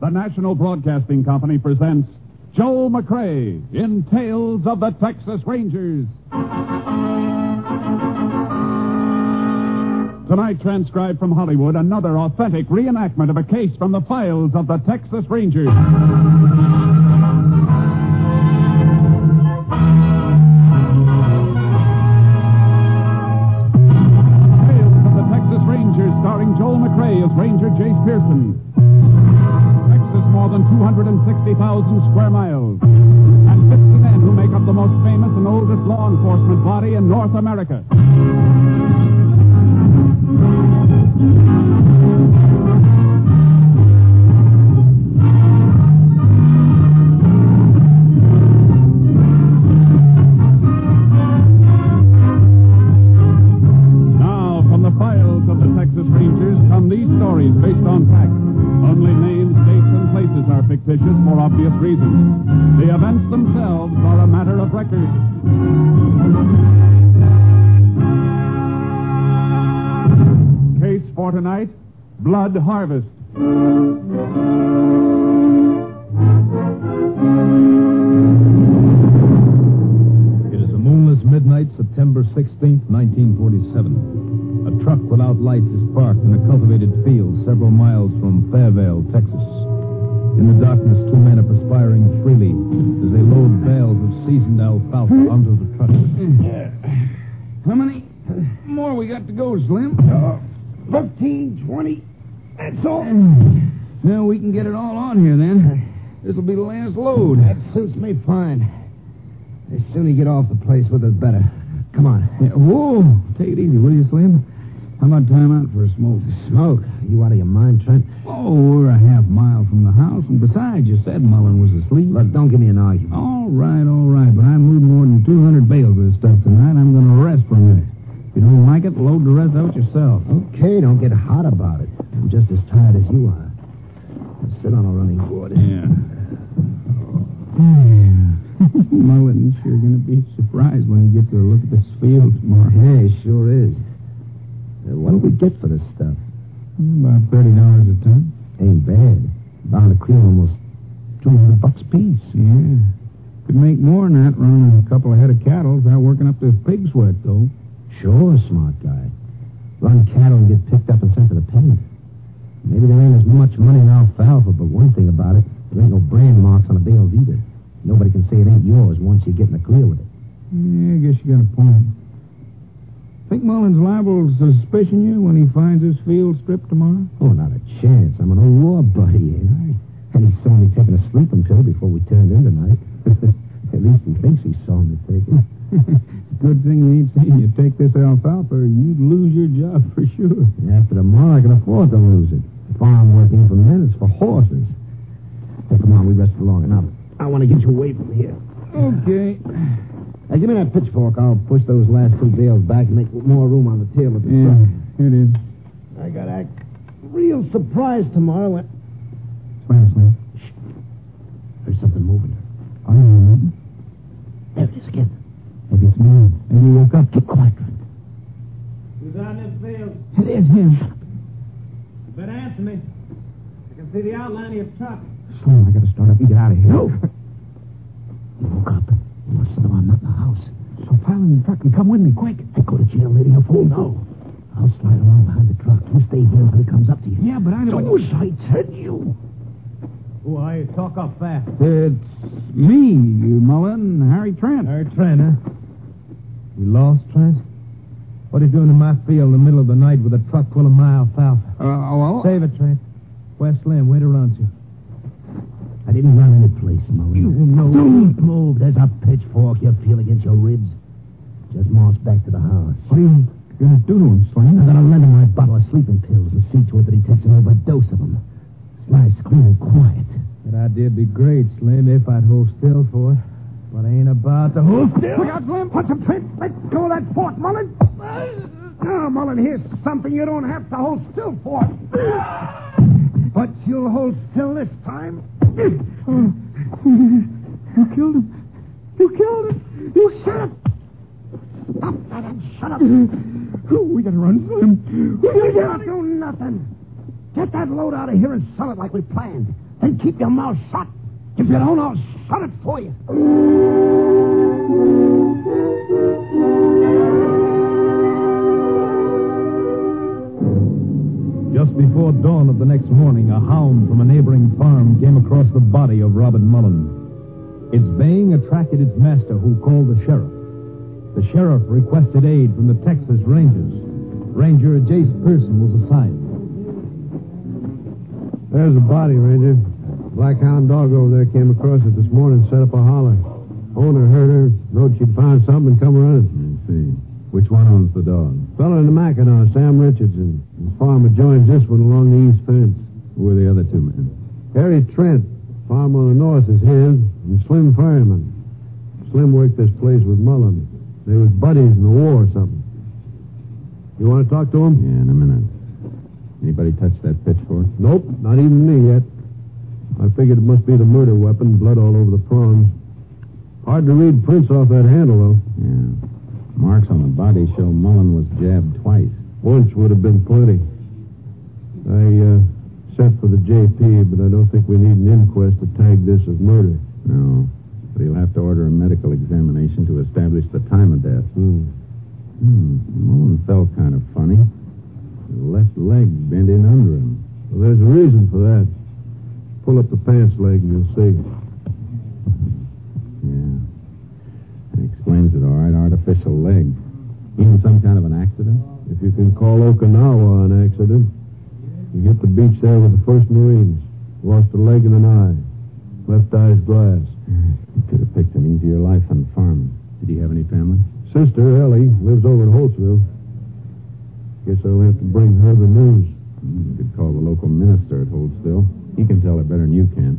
the National Broadcasting Company presents Joel McRae in Tales of the Texas Rangers. Tonight, transcribed from Hollywood, another authentic reenactment of a case from the files of the Texas Rangers. Tales of the Texas Rangers, starring Joel McRae as Ranger Jace Pearson. Texas, more than 260,000 square miles. And 50 men who make up the most famous and oldest law enforcement body in North America. Now, from the files of the Texas Rangers come these stories based on fact. Only names, dates, and places are fictitious for obvious reasons. The events themselves are a matter of record. Case for tonight Blood Harvest. It is a moonless midnight, September 16th, 1947. A truck without lights is parked in a cultivated field several miles from Fairvale, Texas. In the darkness, two men are perspiring freely as they load bales of seasoned alfalfa onto the truck. Hmm? How many more we got to go, Slim? Uh, Fifteen, twenty. That's all. Hmm. Now we can get it all on here then. This'll be the last load. That suits me fine. The sooner you get off the place with us, better. Come on. whoa. Take it easy, will you, Slim? How about time out for a smoke? Smoke? You out of your mind, Trent? Oh, we're a half mile from the house, and besides, you said Mullen was asleep. Look, don't give me an argument. All right, all right, but I moved more than 200 bales of this stuff tonight. I'm going to rest for a minute. If you don't like it, load the rest of it yourself. Okay, don't get hot about it. I'm just as tired as you are. Sit on a running board. Yeah. Mullen's sure going to be surprised when he gets a look at this field tomorrow. Yeah, he sure is. Uh, what do we get for this stuff? About $30 a ton. Ain't bad. Bound to clear almost 200 bucks apiece. Yeah. Could make more than that running a couple of head of cattle without working up this pig sweat, though. Sure, smart guy. Run cattle and get picked up and sent to the pen. Maybe there ain't as much money in alfalfa, but one thing about it, there ain't no brand marks on the bales either. Nobody can say it ain't yours once you get in the clear with it. Yeah, I guess you got a point. Think Mullins liable to suspicion you when he finds his field stripped tomorrow? Oh, not a chance. I'm an old war buddy, ain't I? And he saw me taking a sleeping pill before we turned in tonight. At least he thinks he saw me take it. it's a good thing he ain't seen you take this alfalfa or you'd lose your job for sure. And after tomorrow, I can afford to lose it. Farm work ain't for men, it's for horses. Hey, come on, we rested long enough. I want to get you away from here. Okay. Hey, give me that pitchfork. I'll push those last two bales back and make more room on the tail of the Yeah, truck. here it is. I got a real surprise tomorrow. When... Slam, slam. There's something moving. I don't There it is again. Maybe it's me. Maybe you woke up. Keep quiet, Trent. Who's out in this field? It is him. You better answer me. I can see the outline of your truck. Slim, I gotta start up and get out of here. No. You woke up. You must know I'm not in the house. So pile in the truck and come with me, quick. I go to jail, lady. A fool, no. I'll slide along behind the truck. You stay here until he comes up to you. Yeah, but I Do as I said you. Who are you? Talk up fast. It's me, you Mullen, Harry Trent. Harry Trent, huh? You lost, Trent? What are you doing in my field in the middle of the night with a truck full of my alfalfa? Uh, well, Save it, Trent. Where's Slim? Wait around you. I didn't run any place, Mullen. You know- Don't move. There's a pitchfork you feel against your ribs. Just march back to the house. What are you going to do to him, I'm Slim? gonna lend him my bottle of sleeping pills and see to it that he takes an overdose of them. It's nice, clean, and quiet. That idea'd be great, Slim, if I'd hold still for it. But I ain't about to hold still. Look out, Slim. Punch him, Trent. Let go of that fork, Mullen. Now, Mullen, here's something you don't have to hold still for. But you'll hold still this time. Oh. You killed him. You killed him. You shot him. Stop that and shut up. We gotta run, Slim. You cannot do nothing. Get that load out of here and sell it like we planned. Then keep your mouth shut. If you don't, I'll shut it for you. Just before dawn of the next morning, a hound from a neighboring farm came across the body of Robert Mullen. Its baying attracted its master, who called the sheriff. The sheriff requested aid from the Texas Rangers. Ranger Jace Pearson was assigned. There's a body, Ranger. Black hound dog over there came across it this morning, set up a holler. Owner heard her, knowed she'd found something, and come running. I see. Which one owns the dog? Fellow in the Mackinaw, Sam Richardson. His farm adjoins this one along the east fence. Who are the other two men? Harry Trent, farm on the north is his, and Slim Fireman. Slim worked this place with Mullen. They was buddies in the war or something. You want to talk to him? Yeah, in a minute. Anybody touch that pitchfork? Nope, not even me yet. I figured it must be the murder weapon, blood all over the prongs. Hard to read prints off that handle, though. Yeah. Marks on the body show Mullen was jabbed twice. Once would have been plenty. I uh, set for the JP, but I don't think we need an inquest to tag this as murder. No. But he'll have to order a medical examination to establish the time of death. Hmm. Hmm. Mullen felt kind of funny. His left leg bent in under him. Well, there's a reason for that. Pull up the pants leg and you'll see. Yeah. That explains it all right. Artificial leg. Even some kind of an accident? If you can call Okinawa an accident, you get the beach there with the first Marines. Lost a leg and an eye. Left eye's glass. He could have picked an easier life on farming. Did he have any family? Sister Ellie lives over in Holtzville. Guess I'll have to bring her the news. You could call the local minister at Holdsville. He can tell her better than you can.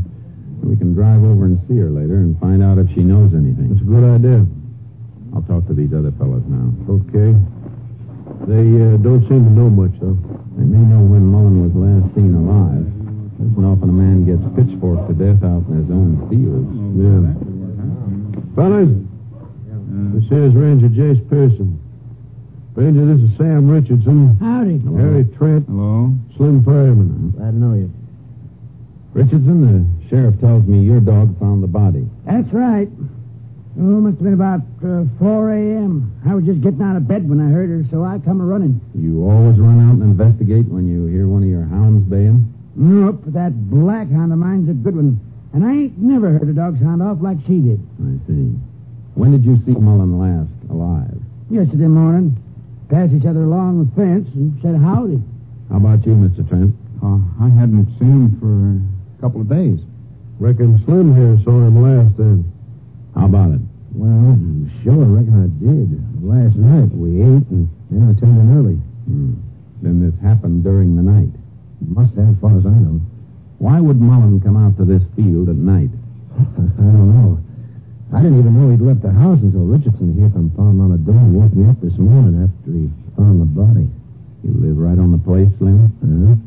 And We can drive over and see her later and find out if she knows anything. It's a good idea. I'll talk to these other fellows now. Okay. They uh, don't seem to know much, though. They may know when Mullen was last seen alive. Listen, often a man gets pitchforked to death out in his own fields. Yeah. Fellas, this here's Ranger Jace Pearson. Ranger, this is Sam Richardson, Howdy. Harry Uh-huh. Trent, Hello? Slim Fireman. Glad to know you. Richardson, the sheriff tells me your dog found the body. That's right. Oh, must have been about uh, 4 a.m. I was just getting out of bed when I heard her, so I come a running. You always run out and investigate when you hear one of your hounds baying? Nope, but that black hound of mine's a good one. And I ain't never heard a dog sound off like she did. I see. When did you see Mullen last alive? Yesterday morning, passed each other along the fence and said howdy. How about you, Mr. Trent? Uh, I hadn't seen him for a couple of days. Reckon Slim here saw him last then. How about it? Well, sure, reckon I did. Last night we ate, and then I turned in early. Hmm. Then this happened during the night. Must have, as far as I know. Why would Mullen come out to this field at night? I don't know. I didn't even know he'd left the house until Richardson here come pounding on the door and woke me up this morning after he found the body. You live right on the place, Slim? Huh?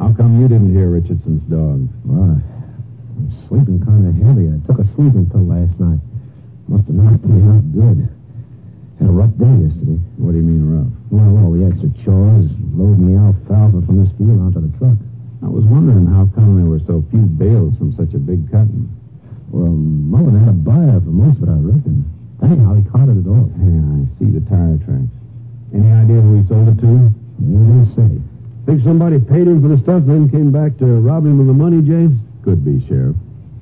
How come you didn't hear Richardson's dog? Well, I'm sleeping kind of heavy. I took a sleeping pill last night. Must have knocked me out good. Had a rough day yesterday. What do you mean rough? Well, all the extra chores, loading the alfalfa from this field onto the truck. I was wondering how come there were so few bales from such a big cutting. Well, Mullen had a buyer for most of it, I reckon. Anyhow, he caught it at all. Yeah, I see the tire tracks. Any idea who he sold it to? You didn't say. Think somebody paid him for the stuff, then came back to rob him of the money, Jase? Could be, Sheriff.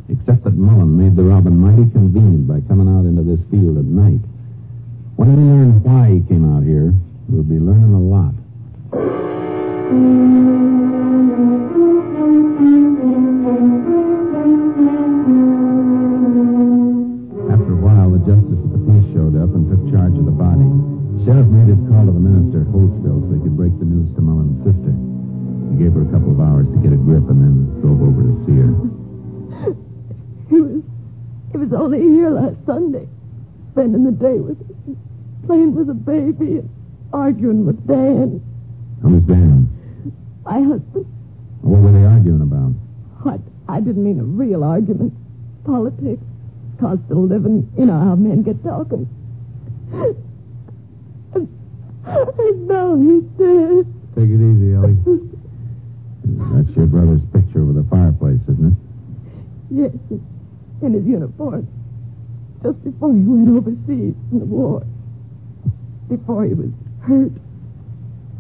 Except that Mullen made the Robin mighty convenient by coming out into this field at night. When we learn why he came out here, we'll be learning a lot. After a while, the justice of the peace showed up and took charge of the body. The sheriff made his call to the minister at Holtzville so he could break the news to Mullen's sister. He gave her a couple of hours to get a grip and then drove over to see her. He was he was only here last Sunday, spending the day with us, and playing with the baby, and arguing with Dan, Who's Dan? my husband. What were they arguing about? What? I didn't mean a real argument. Politics, cost of living, you know how men get talking. I know he did. Take it easy, Ellie. That's your brother's picture with a the fireplace, isn't it? Yes, in his uniform. Just before he went overseas in the war. Before he was hurt.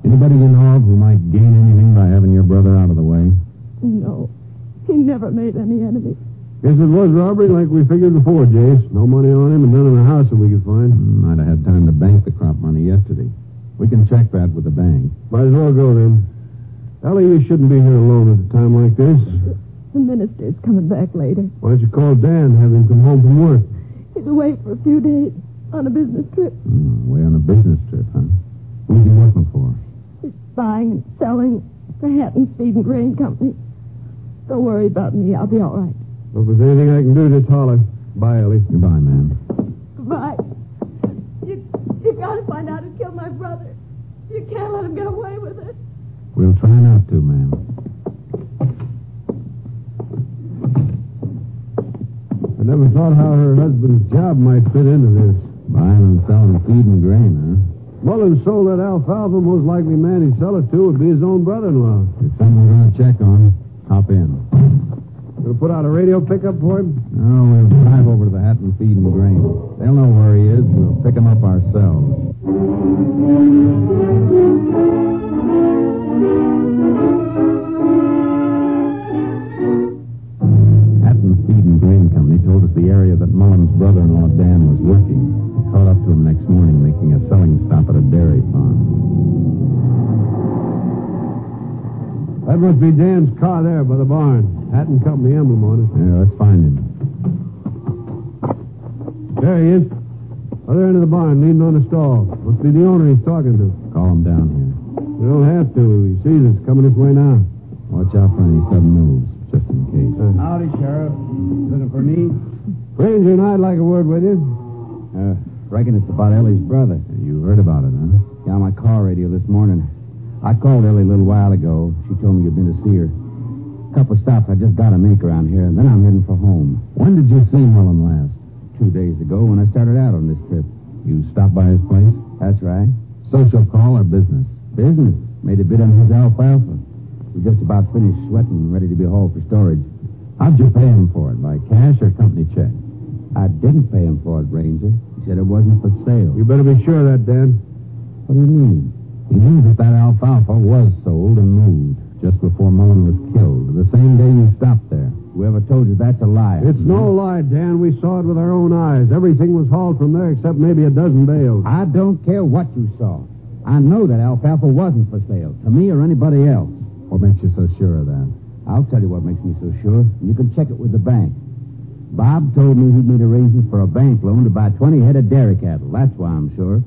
Anybody involved who might gain anything by having your brother out of the way? No. He never made any enemies. Guess it was robbery like we figured before, Jace. No money on him and none in the house that we could find. Might Hmm, have had time to bank the crop money yesterday. We can check that with the bank. Might as well go then. Ellie, you shouldn't be here alone at a time like this. The minister's coming back later. Why don't you call Dan and have him come home from work? He's away for a few days on a business trip. Hmm, way on a business trip, huh? Who's he working for? He's buying and selling for Hatton's Feed and Grain Company. Don't worry about me. I'll be all right. Well, if there's anything I can do, just holler. Bye, Ellie. Goodbye, man. Goodbye. You, you gotta find out who killed my brother. You can't let him get away with it. We'll try not to, ma'am. I never thought how her husband's job might fit into this. Buying and selling feed and grain, Mullins sold that alfalfa. Most likely man he'd sell it to would be his own brother-in-law. huh? It's something we're going to check on. Hop in. Gonna put out a radio pickup for him? No, we'll drive over to the Hatton Feed and Grain. They'll know where he is. We'll pick him up ourselves. Hatton's Feed and Grain Company told us the area that Mullen's brother-in-law Dan was working. We caught up to him next morning making a selling stop at a dairy farm. That must be Dan's car there by the barn. Hat and Company emblem on it. Yeah, let's find him. There he is. Other end of the barn, leaning on a stall. Must be the owner he's talking to. Call him down here. We don't have to. He sees us coming this way now. Watch out for any sudden moves, just in case. Uh, Howdy, Sheriff. Looking for me? Ranger and I'd like a word with you. Uh, reckon it's about Ellie's brother. You heard about it, huh? Yeah, on my car radio this morning. I called Ellie a little while ago. She told me you'd been to see her. Couple stops I just gotta make around here, and then I'm heading for home. When did you see Mullen last? Two days ago when I started out on this trip. You stopped by his place? That's right. Social call or business? Business. Made a bid on his alfalfa. We just about finished sweating, ready to be hauled for storage. How'd you pay him for it? By cash or company check? I didn't pay him for it, Ranger. He said it wasn't for sale. You better be sure of that, Dan. What do you mean? He means that that alfalfa was sold and moved just before Mullen was killed, the same day you stopped there. Whoever told you that's a liar. It's no lie, Dan. We saw it with our own eyes. Everything was hauled from there except maybe a dozen bales. I don't care what you saw. I know that alfalfa wasn't for sale, to me or anybody else. What makes you so sure of that? I'll tell you what makes me so sure. You can check it with the bank. Bob told me he'd made arrangements for a bank loan to buy 20 head of dairy cattle. That's why I'm sure.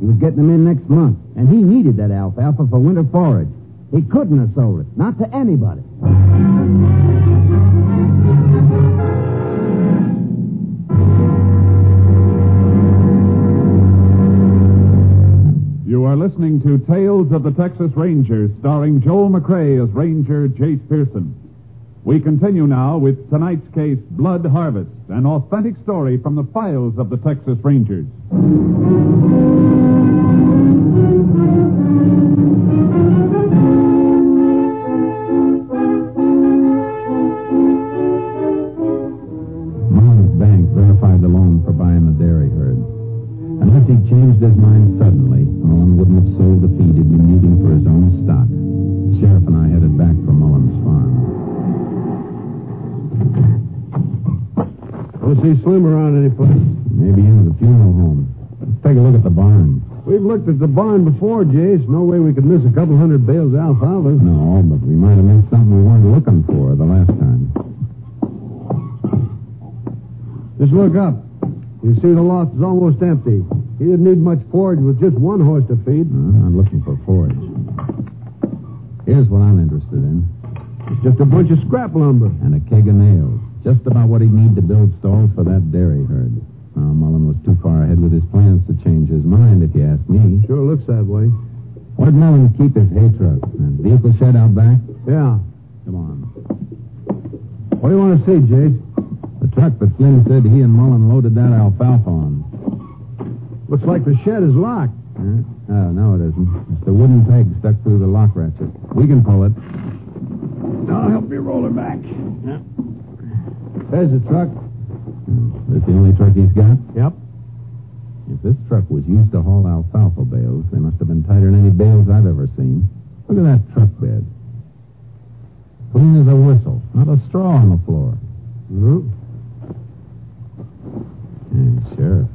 He was getting them in next month, and he needed that alfalfa for winter forage. He couldn't have sold it, not to anybody. You are listening to Tales of the Texas Rangers, starring Joel McRae as Ranger Jace Pearson. We continue now with tonight's case, Blood Harvest, an authentic story from the files of the Texas Rangers. Mullen's bank verified the loan for buying the dairy herd. Unless he changed his mind suddenly, Mullen wouldn't have sold the feed he'd been needing for his own stock. The sheriff and I headed back for Mullen's farm. Don't see Slim around any place. Maybe into the funeral home. Let's take a look at the barn. We've looked at the barn before, Jace. No way we could miss a couple hundred bales of alfalfa. No, but we might have missed something we weren't looking for the last time. Just look up. You see the loft is almost empty. He didn't need much forage with just one horse to feed. Uh, I'm looking for forage. Here's what I'm interested in. It's just a bunch of scrap lumber. and a keg of nails. Just about what he'd need to build stalls for that dairy herd. Now, Mullen was too far ahead with his plans to change his mind, if you ask me. Sure looks that way. Where'd Mullen keep his hay truck? That vehicle shed out back? Yeah. Come on. What do you want to see, Jace? The truck that Slim said he and Mullen loaded that alfalfa on. Looks like the shed is locked. Huh? Oh, no, it isn't. It's the wooden peg stuck through the lock ratchet. We can pull it. No, I'll help you roll her back. There's the truck. This the only truck he's got? Yep. If this truck was used to haul alfalfa bales, they must have been tighter than any bales I've ever seen. Look at that truck bed. Clean as a whistle. Not a straw on the floor. mm And Sheriff,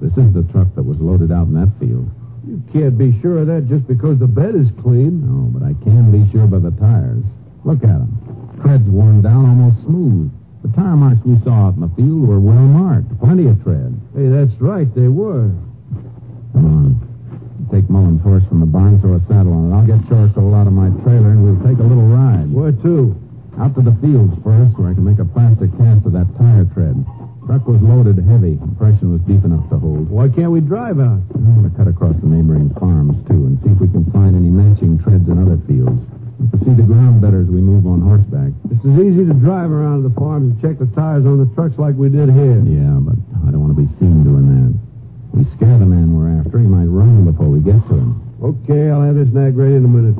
this is the truck that was loaded out in that field. You can't be sure of that just because the bed is clean. No, Oh, but I can be sure by the tires. Look at 'em. Tread's worn down almost smooth. The tire marks we saw out in the field were well marked. Plenty of tread. Hey, that's right, they were. Come on. Take Mullins' horse from the barn, throw a saddle on it. I'll get charcoal out of my trailer, and we'll take a little ride. Where to? Out to the fields first, where I can make a plaster cast of that tire tread. Truck was loaded heavy. Impression was deep enough to hold. Why can't we drive out? I'm going to cut across the neighboring farms, too, and see if we can find any matching treads in other fields. We'll see the ground better as we move on horseback. It's as easy to drive around the farms and check the tires on the trucks like we did here. Yeah, but I don't want to be seen doing that. We scare the man we're after. He might run before we get to him. Okay, I'll have this nag ready in a minute.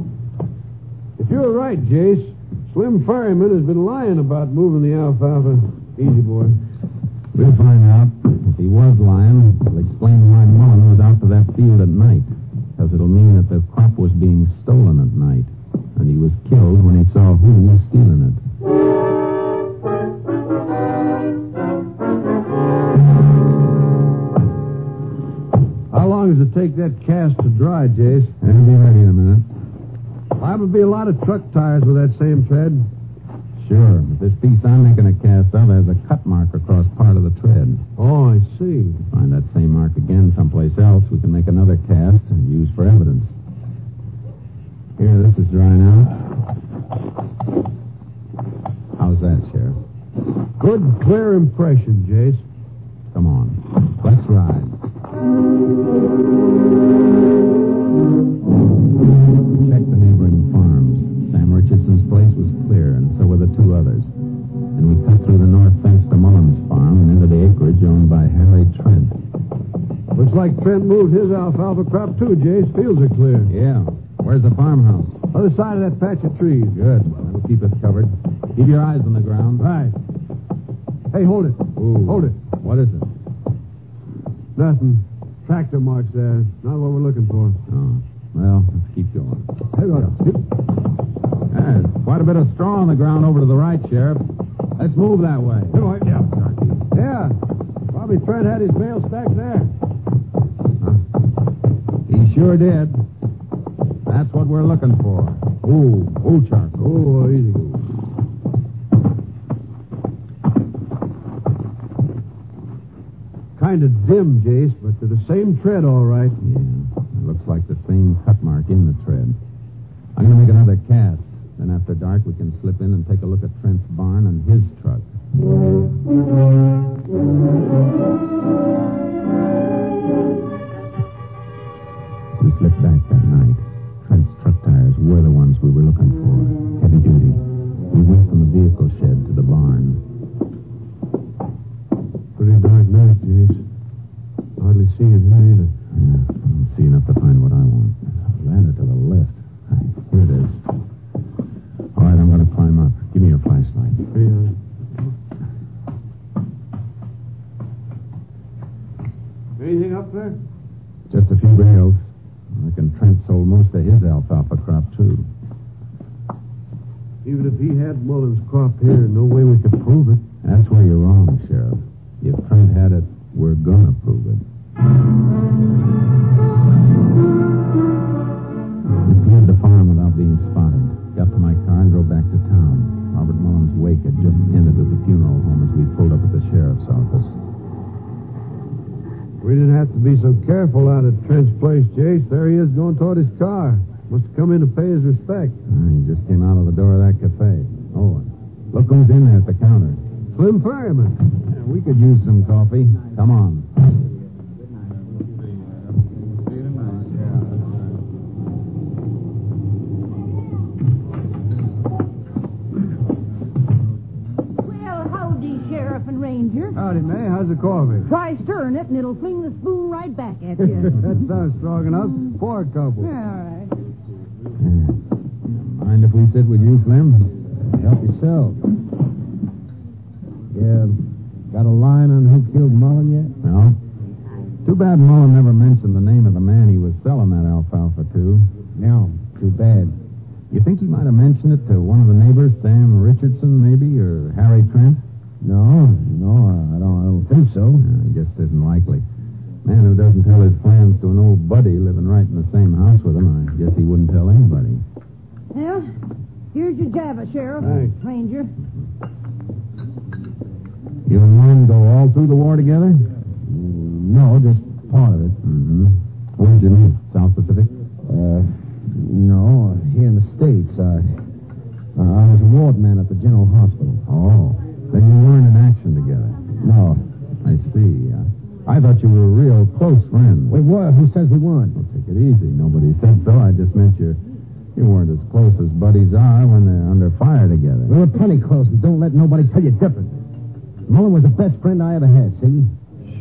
If you're right, Jace, Slim Ferryman has been lying about moving the alfalfa. Easy, boy. We'll find out. If he was lying, it'll explain why Mullen was out to that field at night. Because it'll mean that the crop was being stolen at night. And he was killed when he saw who was stealing it. How long does it take that cast to dry, Jace? It'll be ready in a minute. Liable to be a lot of truck tires with that same tread. Sure. But this piece I'm making a cast of has a cut mark across part of the tread. Oh, I see. Find that same mark again someplace else, we can make another cast and use for evidence. Here, this is dry now. How's that, Sheriff? Good, clear impression, Jace. Come on. Let's ride. We checked the neighboring farms. Sam Richardson's place was clear, and so were the two others. And we cut through the north fence to Mullins' farm and into the acreage owned by Harry Trent. Looks like Trent moved his alfalfa crop too, Jace. Fields are clear. Yeah. Where's the farmhouse? Other side of that patch of trees. Good. That'll keep us covered. Keep your eyes on the ground. Right. Hey, hold it. Ooh. Hold it. What is it? Nothing. Tractor marks there. Not what we're looking for. Oh. Well, let's keep going. Hey, look. There's quite a bit of straw on the ground over to the right, Sheriff. Let's move that way. Here, boy. Yeah. Probably Trent had his mail stacked there. He sure did. That's what we're looking for. Ooh, ooh, charcoal. Oh, easy. Kind of dim, Jace, but to the same tread, all right. Yeah, it looks like the same cut mark in the tread. I'm going to make another cast. Then after dark, we can slip in and take a look at Trent's barn and his truck. We slipped back that night. Trent's truck tires were the ones we were looking for. Heavy duty. We went from the vehicle shed to the barn. Pretty dark night, Jace. Hardly see it here either. Yeah, I don't see enough to find what I want. There's a ladder to the left. Right, here it is. All right, I'm going to climb up. Give me your flashlight. Yeah. Anything up there? Just a few bales. I reckon Trent sold most of his alfalfa crop, too. Even if he had Mullins' crop here, no way we could prove it. That's where you're wrong, Sheriff. If Trent had it, we're going to prove it. We cleared the farm without being spotted. Got to my car and drove back to town. Robert Mullins' wake had just ended at the funeral home as we pulled up at the sheriff's office. We didn't have to be so careful out at Trent's place, Chase. There he is going toward his car. Must have come in to pay his respect. Ah, He just came out of the door of that cafe. Oh, and look who's in there at the counter. Slim Ferryman. Yeah, we could use some coffee. Come on. Well, howdy, Sheriff and Ranger. Howdy, May. How's the coffee? Try stirring it, and it'll fling the spoon right back at you. that sounds strong enough. Pour a couple. All right. Yeah. Mind if we sit with you, Slim? Help yourself. Yeah, got a line on who killed Mullen yet? No. Too bad Mullen never mentioned the name of the man he was selling that alfalfa to. No, too bad. You think he might have mentioned it to one of the neighbors, Sam Richardson, maybe, or Harry Trent? No, no, I don't, I don't think so. Uh, just isn't likely. Man who doesn't tell his plans to an old buddy living right in the same house with him, I guess he wouldn't tell anybody. Well, here's your java, Sheriff. Thanks. Stranger. You and Lynn go all through the war together? No, just part of it. Mm-hmm. Where'd you meet? South Pacific? Uh, no, here in the States. I, I was a ward man at the General Hospital. Oh. Then you weren't in action together. No. I see. Uh, I thought you were real close friends. We were. Who says we weren't? Well, take it easy. Nobody said so. I just meant you. You weren't as close as buddies are when they're under fire together. We were plenty close, and don't let nobody tell you different. Mullen was the best friend I ever had, see?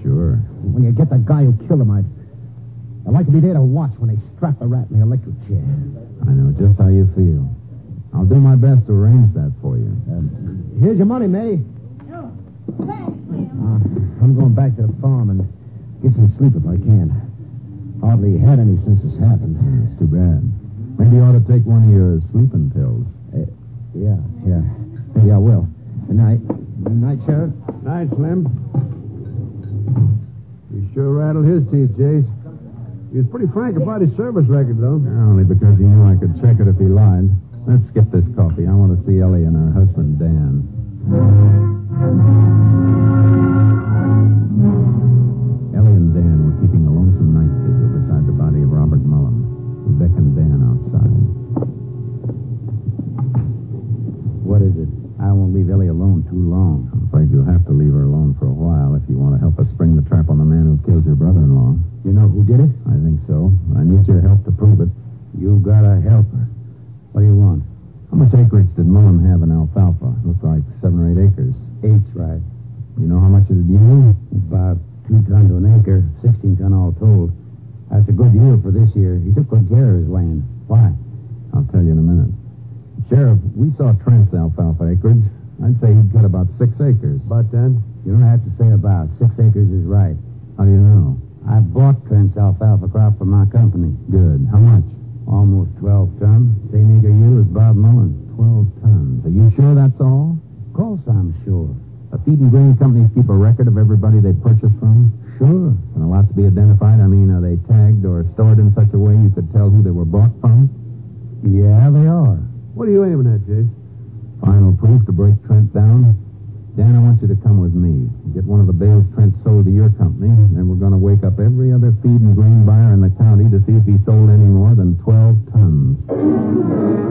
Sure. When you get the guy who killed him, I'd, I'd like to be there to watch when they strap the rat in the electric chair. I know just how you feel. I'll do my best to arrange that for you. Um, here's your money, May. No. Thanks, Slim. Uh, I'm going back to the farm and get some sleep if I can. Hardly had any since this happened. It's too bad. Maybe you ought to take one of your sleeping pills. Uh, Yeah, yeah. Maybe I will. Good night. Good night, Sheriff. Night, Slim. You sure rattled his teeth, Jase. He was pretty frank about his service record, though. Only because he knew I could check it if he lied. Let's skip this coffee. I want to see Ellie and her husband, Dan. Ellie and Dan were keeping a lonesome night vigil beside the body of Robert Mullen. We beckoned Dan outside. What is it? I won't leave Ellie alone too long. I'm afraid you'll have to leave her alone for a while if you want to help us spring the trap on the man who killed your brother-in-law. You know who did it? I think so. I need your help to prove it. You gotta help her. What do you want? How much acreage did Mullen have in alfalfa? Looked like seven or eight acres. Eight's right. You know how much it had yielded? About two ton to an acre, sixteen ton all told. That's a good yield for this year. He took good care of his land. Why? I'll tell you in a minute. Sheriff, we saw Trent's alfalfa acreage. I'd say he'd cut about six acres. But then? You don't have to say about. Six acres is right. How do you know? I bought Trent's alfalfa crop for my company. Good. How much? Almost 12 ton. Same acre yield as Bob Mullen. Twelve tons. Are you sure that's all? Of course I'm sure. The feed and grain companies keep a record of everybody they purchase from. Sure. Can the lots be identified? I mean, are they tagged or stored in such a way you could tell who they were bought from? Yeah, they are. What are you aiming at, Jase? Final proof to break Trent down? Dan, I want you to come with me. Get one of the bales Trent sold to your company, and then we're going to wake up every other feed and grain buyer in the county to see if he sold any more than 12 tons.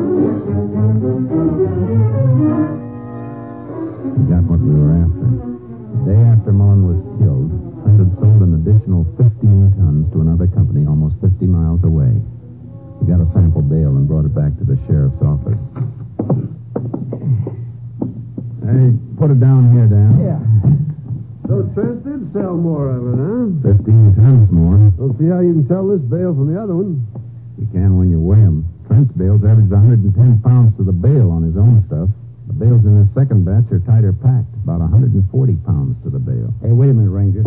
We got what we were after. The day after Mullen was killed, Trent had sold an additional 15 tons to another company almost 50 miles away. We got a sample bale and brought it back to the sheriff's office. Hey, put it down here, Dan. So Trent did sell more of it, huh? 15 tons more. Don't see how you can tell this bale from the other one. You can when you weigh 'em. Trent's bales averaged 110 pounds to the bale on his own stuff. The bales in his second batch are tighter packed, about 140 pounds to the bale. Hey, wait a minute, Ranger.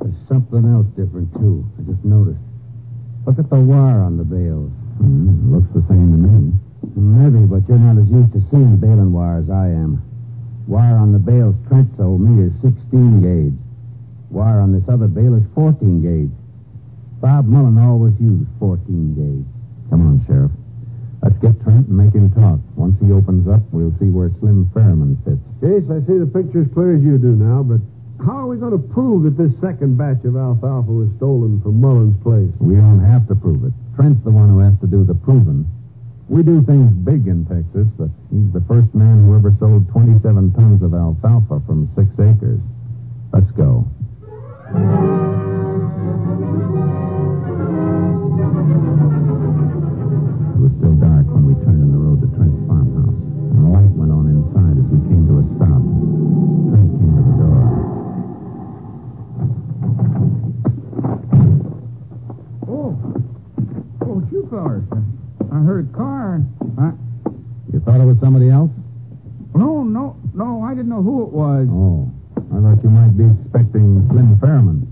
There's something else different, too. I just noticed. Look at the wire on the bales. Hmm, looks the same to me. Maybe, but you're not as used to seeing baling wire as I am. Wire on the bales Trent sold me is 16 gauge. Wire on this other bale is 14 gauge. Bob Mullen always used 14 gauge. Come on, Sheriff. Let's get Trent and make him talk. Once he opens up, we'll see where Slim Fairman fits. Jase, I see the picture as clear as you do now, but how are we going to prove that this second batch of alfalfa was stolen from Mullen's place? We don't have to prove it. Trent's the one who has to do the proving. We do things big in Texas, but he's the first man who ever sold 27 tons of alfalfa from six acres. Let's go. It was still dark when we turned in the road to Trent's farmhouse, and the light went on inside as we came to a stop. Trent came to the door. Oh. Oh, it's you fellas. I heard a car. I... You thought it was somebody else? I didn't know who it was. Oh, I thought you might be expecting Slim Fairman.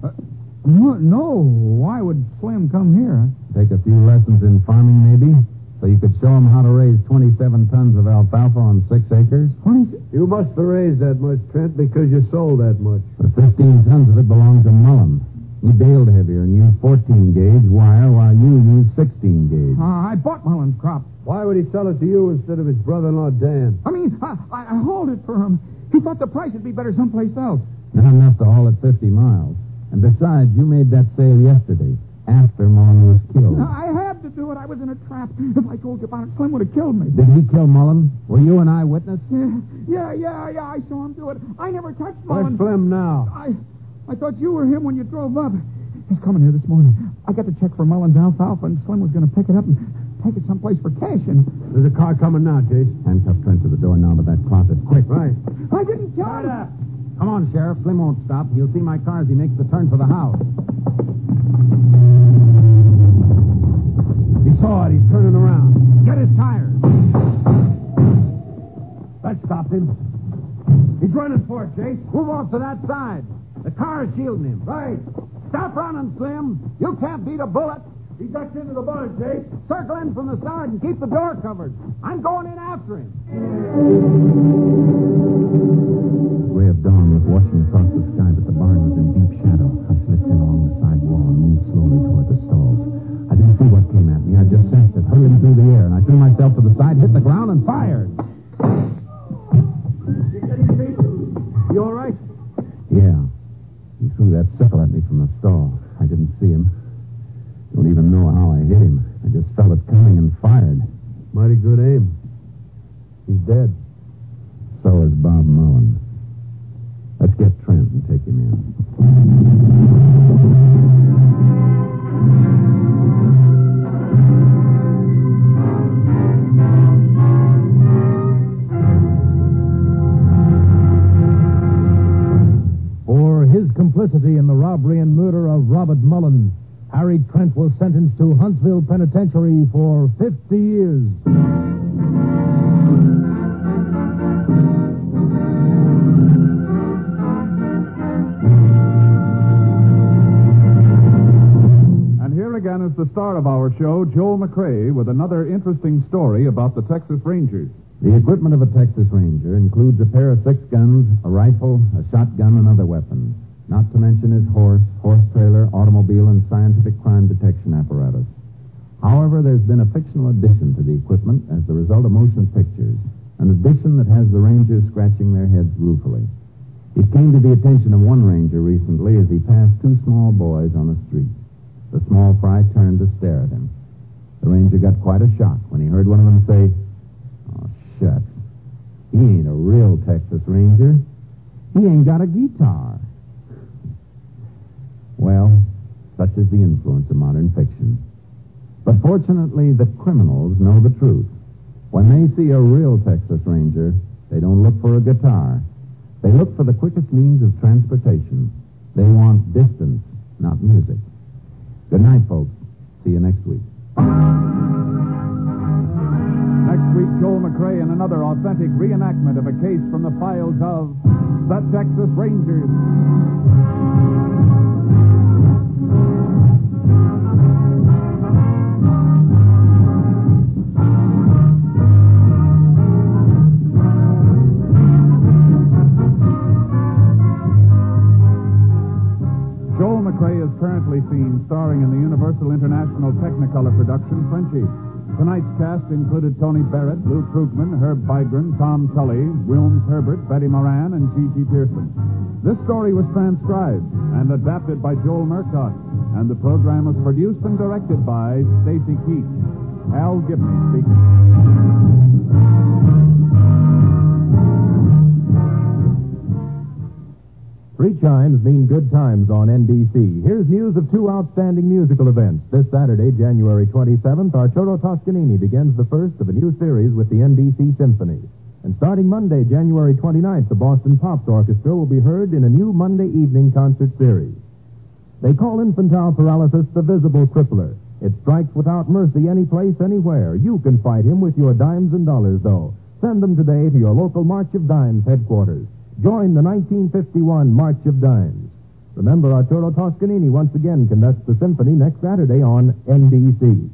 No, no. Why would Slim come here? Take a few lessons in farming, maybe, so you could show him how to raise 27 tons of alfalfa on six acres. Twenty. You must have raised that much, Trent, because you sold that much. The 15 tons of it belonged to Mullum. He baled heavier and used 14 gauge wire, while you used 16 gauge. Uh, I bought Mullen's crop. Why would he sell it to you instead of his brother-in-law, Dan? I mean, I, I, I hauled it for him. He thought the price would be better someplace else. Not enough to haul it 50 miles. And besides, you made that sale yesterday, after Mullen was killed. Now, Uh, I had to do it. I was in a trap. If I told you about it, Slim would have killed me. Did he kill Mullen? Were you an eyewitness? Yeah, yeah, yeah, yeah. I saw him do it. I never touched Where's Mullen. Slim now? I, I thought you were him when you drove up. He's coming here this morning. I got to check for Mullen's alfalfa, and Slim was going to pick it up and take it someplace for cash. And There's a car coming now, Jason. Handcuff Trent to the door now of that closet. Quick. Right. I didn't tell him. Come on, Sheriff. Slim won't stop. He'll see my car as he makes the turn for the house. He saw it. He's turning around. Get his tires. That stopped him. He's running for it, Jace. Move off to that side. The car is shielding him. Right. Stop running, Slim. You can't beat a bullet. He ducked into the barn, Jace. Circle in from the side and keep the door covered. I'm going in after him. The ray of dawn was washing across the sky, but the barn was in deep shadow. I slipped in along the side wall and moved slowly toward the stalls. I didn't see what came at me. I just sensed it hurtling through the air, and I threw myself to the side, hit the ground, and fired. You all right? Yeah. He threw that sickle at me from the stall. I didn't see him. Don't even know how I hit him. I just felt it coming and fired. Mighty good aim. He's dead. So is Bob Mullen. Let's get Trent and take him in. For his complicity in the robbery and murder of Robert Mullen, Harry Trent was sentenced to Huntsville Penitentiary for 50 years. And here again is the star of our show, Joel McRae, with another interesting story about the Texas Rangers. The equipment of a Texas Ranger includes a pair of six guns, a rifle, a shotgun, and other weapons, not to mention his horse, horse trailer, automobile, and scientific crime detection apparatus. However, there's been a fictional addition to the equipment as the result of motion pictures, an addition that has the Rangers scratching their heads ruefully. It came to the attention of one Ranger recently as he passed two small boys on the street. The small fry turned to stare at him. The Ranger got quite a shock when he heard one of them say, Oh, shucks. He ain't a real Texas Ranger. He ain't got a guitar. Well, such is the influence of modern fiction. But fortunately, the criminals know the truth. When they see a real Texas Ranger, they don't look for a guitar. They look for the quickest means of transportation. They want distance, not music. Good night, folks. See you next week. Next week, Joel McRae in another authentic reenactment of a case from the files of the Texas Rangers. Joel McRae is currently seen starring in the Universal International Technicolor production Frenchie. Tonight's cast included Tony Barrett, Lou Krugman, Herb Bygren, Tom Tully, Wilms Herbert, Betty Moran, and Gigi Pearson. This story was transcribed and adapted by Joel Murcott, and the program was produced and directed by Stacy Keach. Al Gibney speaking. Three chimes mean good times on NBC. Here's news of two outstanding musical events. This Saturday, January 27th, Arturo Toscanini begins the first of a new series with the NBC Symphony. And starting Monday, January 29th, the Boston Pops Orchestra will be heard in a new Monday evening concert series. They call infantile paralysis the visible crippler. It strikes without mercy any place, anywhere. You can fight him with your dimes and dollars, though. Send them today to your local March of Dimes headquarters. Join the 1951 March of Dimes. Remember, Arturo Toscanini once again conducts the symphony next Saturday on NBC.